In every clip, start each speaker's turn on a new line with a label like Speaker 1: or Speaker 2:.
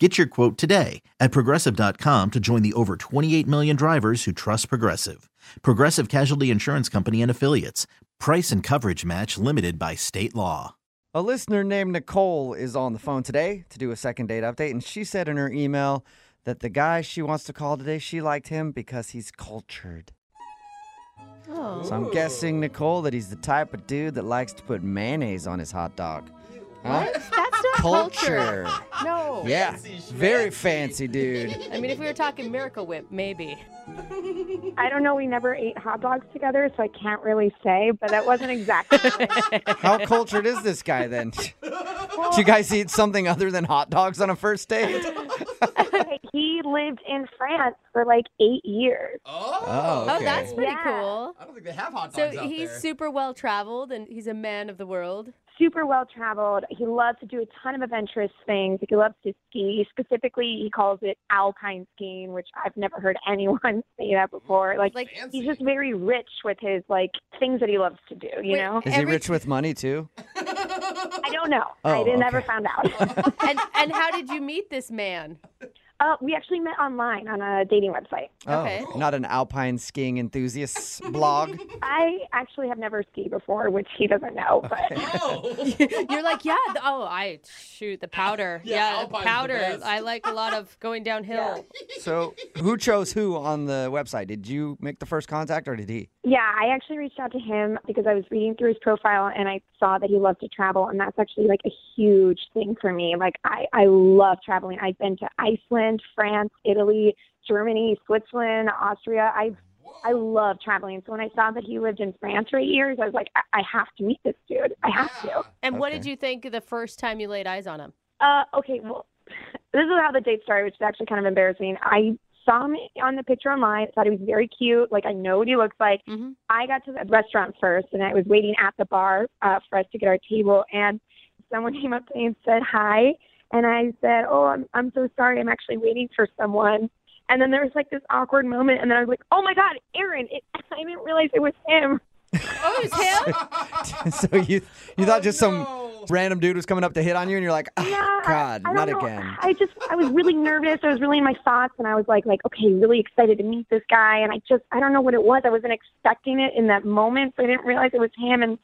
Speaker 1: Get your quote today at progressive.com to join the over 28 million drivers who trust Progressive. Progressive Casualty Insurance Company and Affiliates. Price and coverage match limited by state law.
Speaker 2: A listener named Nicole is on the phone today to do a second date update, and she said in her email that the guy she wants to call today, she liked him because he's cultured.
Speaker 3: Oh.
Speaker 2: So I'm guessing, Nicole, that he's the type of dude that likes to put mayonnaise on his hot dog. Huh?
Speaker 3: That's not culture.
Speaker 2: Culture.
Speaker 3: No.
Speaker 2: yeah. Very fancy dude.
Speaker 3: I mean, if we were talking Miracle Whip, maybe.
Speaker 4: I don't know. We never ate hot dogs together, so I can't really say. But that wasn't exactly.
Speaker 2: How cultured is this guy then? Do you guys eat something other than hot dogs on a first date?
Speaker 4: he lived in France for like eight years.
Speaker 2: Oh,
Speaker 3: Oh,
Speaker 2: okay.
Speaker 3: that's pretty
Speaker 4: Yeah.
Speaker 3: cool.
Speaker 5: I don't think they have hot
Speaker 3: So
Speaker 5: dogs out
Speaker 3: he's
Speaker 5: there.
Speaker 3: super well traveled and he's a man of the world.
Speaker 4: Super well traveled. He loves to do a ton of adventurous things. He loves to ski. Specifically, he calls it alpine skiing, which I've never heard anyone say that before. Like,
Speaker 3: Like-
Speaker 4: he's just very rich with his like things that he loves to do. You
Speaker 3: Wait.
Speaker 4: know,
Speaker 2: Is he
Speaker 3: Every-
Speaker 2: rich with money too?
Speaker 4: I don't know.
Speaker 2: Oh,
Speaker 4: I didn't ever
Speaker 2: okay.
Speaker 4: found out.
Speaker 3: And and how did you meet this man?
Speaker 4: uh, we actually met online on a dating website.
Speaker 3: Okay.
Speaker 2: Oh, not an alpine skiing enthusiast blog.
Speaker 4: I actually have never skied before, which he doesn't know, but.
Speaker 5: oh.
Speaker 3: You're like, yeah, the, oh, I shoot the powder.
Speaker 5: Yeah,
Speaker 3: Yeah, the
Speaker 5: Alpine's the
Speaker 3: powder.
Speaker 5: best.
Speaker 3: I like a lot of going downhill.
Speaker 2: So, who chose who on the website? Did you make the first contact or did he?
Speaker 4: Yeah, I actually reached out to him because I was reading through his profile and I saw that he loved to travel and that's actually like a huge thing for me. Like I I love traveling. I've been to Iceland, France, Italy, Germany, Switzerland, Austria. I I love traveling. So when I saw that he lived in France for eight years, I was like, I, I have to meet this dude. I have to.
Speaker 3: And what
Speaker 2: Okay.
Speaker 3: did you think the first time you laid eyes on him?
Speaker 4: Uh, okay, well, this is how the date started, which is actually kind of embarrassing. I saw him on the picture online, thought he was very cute. Like, I know what he looks like.
Speaker 3: Mhm.
Speaker 4: I got to the restaurant first, and I was waiting at the bar uh, for us to get our table, and someone came up to me and said hi, and I said, oh, I'm, I'm so sorry. I'm actually waiting for someone. And then there was like this awkward moment, and then I was like, "Oh my God, Aaron!" It, I didn't realize it was him.
Speaker 3: Oh, it was him?
Speaker 2: so you you thought
Speaker 5: Oh,
Speaker 2: just
Speaker 5: no.
Speaker 2: some random dude was coming up to hit on you, and you're like, oh,
Speaker 4: Yeah, I-
Speaker 2: God,
Speaker 4: I
Speaker 2: not
Speaker 4: don't know.
Speaker 2: again.
Speaker 4: I just I was really nervous. I was really in my thoughts, and I was like, like, okay, really excited to meet this guy. And I just I don't know what it was. I wasn't expecting it in that moment, so I didn't realize it was him. And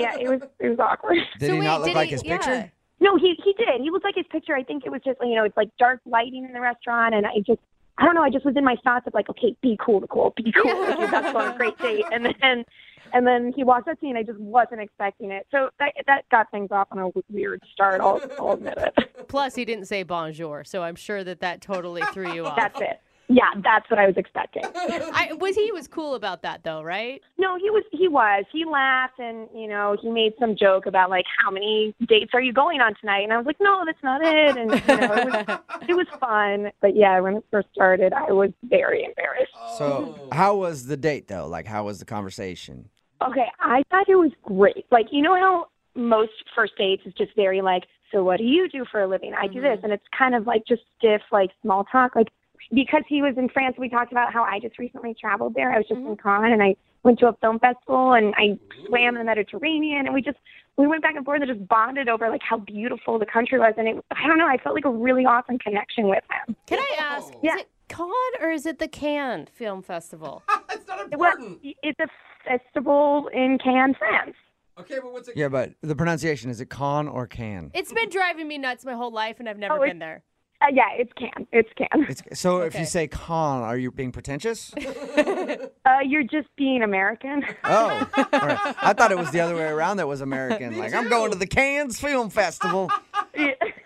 Speaker 4: yeah, it was it was awkward.
Speaker 2: Did
Speaker 3: So
Speaker 2: he
Speaker 3: wait,
Speaker 2: not look
Speaker 3: did
Speaker 2: like
Speaker 3: he-
Speaker 2: his
Speaker 3: yeah.
Speaker 2: picture?
Speaker 4: No, he he did. He looked like his picture. I think it was just you know it's like dark lighting in the restaurant, and I just. I don't know. I just was in my thoughts of like, okay, be cool, Nicole, be cool. Okay, that's a great date. And then, and then he walked up to me, and I just wasn't expecting it. So that that got things off on a weird start. I'll, I'll admit it.
Speaker 3: Plus, he didn't say bonjour, so I'm sure that that totally threw you off.
Speaker 4: That's it. Yeah, that's what I was expecting.
Speaker 3: I, was he was cool about that though, right?
Speaker 4: No, he was he was. He laughed and, you know, he made some joke about like how many dates are you going on tonight? And I was like, No, that's not it and you know, it was it was fun. But yeah, when it first started I was very embarrassed.
Speaker 2: So, how was the date though? Like, how was the conversation?
Speaker 4: Okay, I thought it was great. Like, you know how most first dates is just very like, so what do you do for a living? I do this. And it's kind of like just stiff, like small talk. Like, because he was in France, we talked about how I just recently traveled there. I was just in Cannes and I went to a film festival and I swam in the Mediterranean. And we just, we went back and forth and just bonded over like how beautiful the country was. And it, I don't know, I felt like a really awesome connection with him.
Speaker 3: Can I ask?
Speaker 4: Yeah.
Speaker 3: Is it con or is it the Cannes Film Festival?
Speaker 5: That's not
Speaker 4: Well,
Speaker 5: important.
Speaker 4: it's a festival in Cannes, France.
Speaker 5: Okay, but what's it?
Speaker 2: Yeah, but the pronunciation is it con or can?
Speaker 3: It's been driving me nuts my whole life, and I've never
Speaker 4: Oh,
Speaker 3: been there.
Speaker 4: Uh, yeah, it's Cannes. It's Cannes.
Speaker 2: It's so if
Speaker 3: Okay.
Speaker 2: you say con, are you being pretentious?
Speaker 4: Uh, you're just being American.
Speaker 2: Oh, all right. I thought it was the other way around. That was American. like I'm going to the Cannes Film Festival.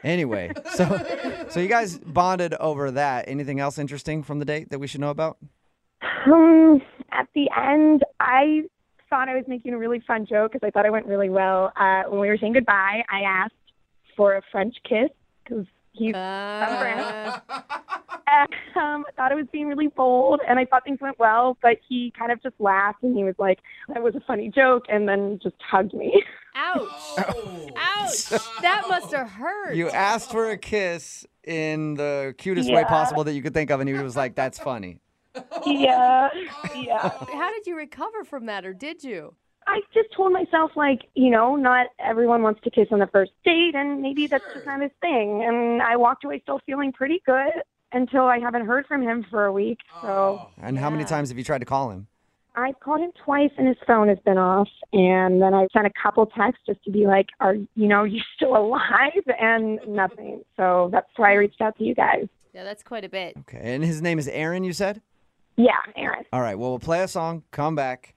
Speaker 2: Anyway, so so you guys bonded over that. Anything else interesting from the date that we should know about?
Speaker 4: Um, at the end, I thought I was making a really fun joke because I thought it went really well. Uh, when we were saying goodbye, I asked for a French kiss because he's
Speaker 3: Uh,
Speaker 4: French. Um, I thought I was being really bold, and I thought things went well, but he kind of just laughed, and he was like, "That was a funny joke," and then just hugged me.
Speaker 3: Ouch. Ouch. That must have hurt.
Speaker 2: You asked for a kiss in the cutest way
Speaker 4: Yeah.
Speaker 2: possible that you could think of, and he was like, "That's funny."
Speaker 4: yeah, yeah.
Speaker 3: How did you recover from that, or did you?
Speaker 4: I just told myself, like, you know, not everyone wants to kiss on the first date, and maybe that's just not his thing. And I walked away still feeling pretty good until I haven't heard from him for a week. So
Speaker 2: And how many
Speaker 3: Yeah.
Speaker 2: times have you tried to call him?
Speaker 4: I called him twice, and his phone has been off. And then I sent a couple texts just to be like, "Are you know you still alive?" And nothing. So that's why I reached out to you guys.
Speaker 3: Yeah, that's quite a bit.
Speaker 2: Okay. And his name is Aaron. You said.
Speaker 4: Yeah, Aaron.
Speaker 2: All right. Well, we'll play a song. Come back.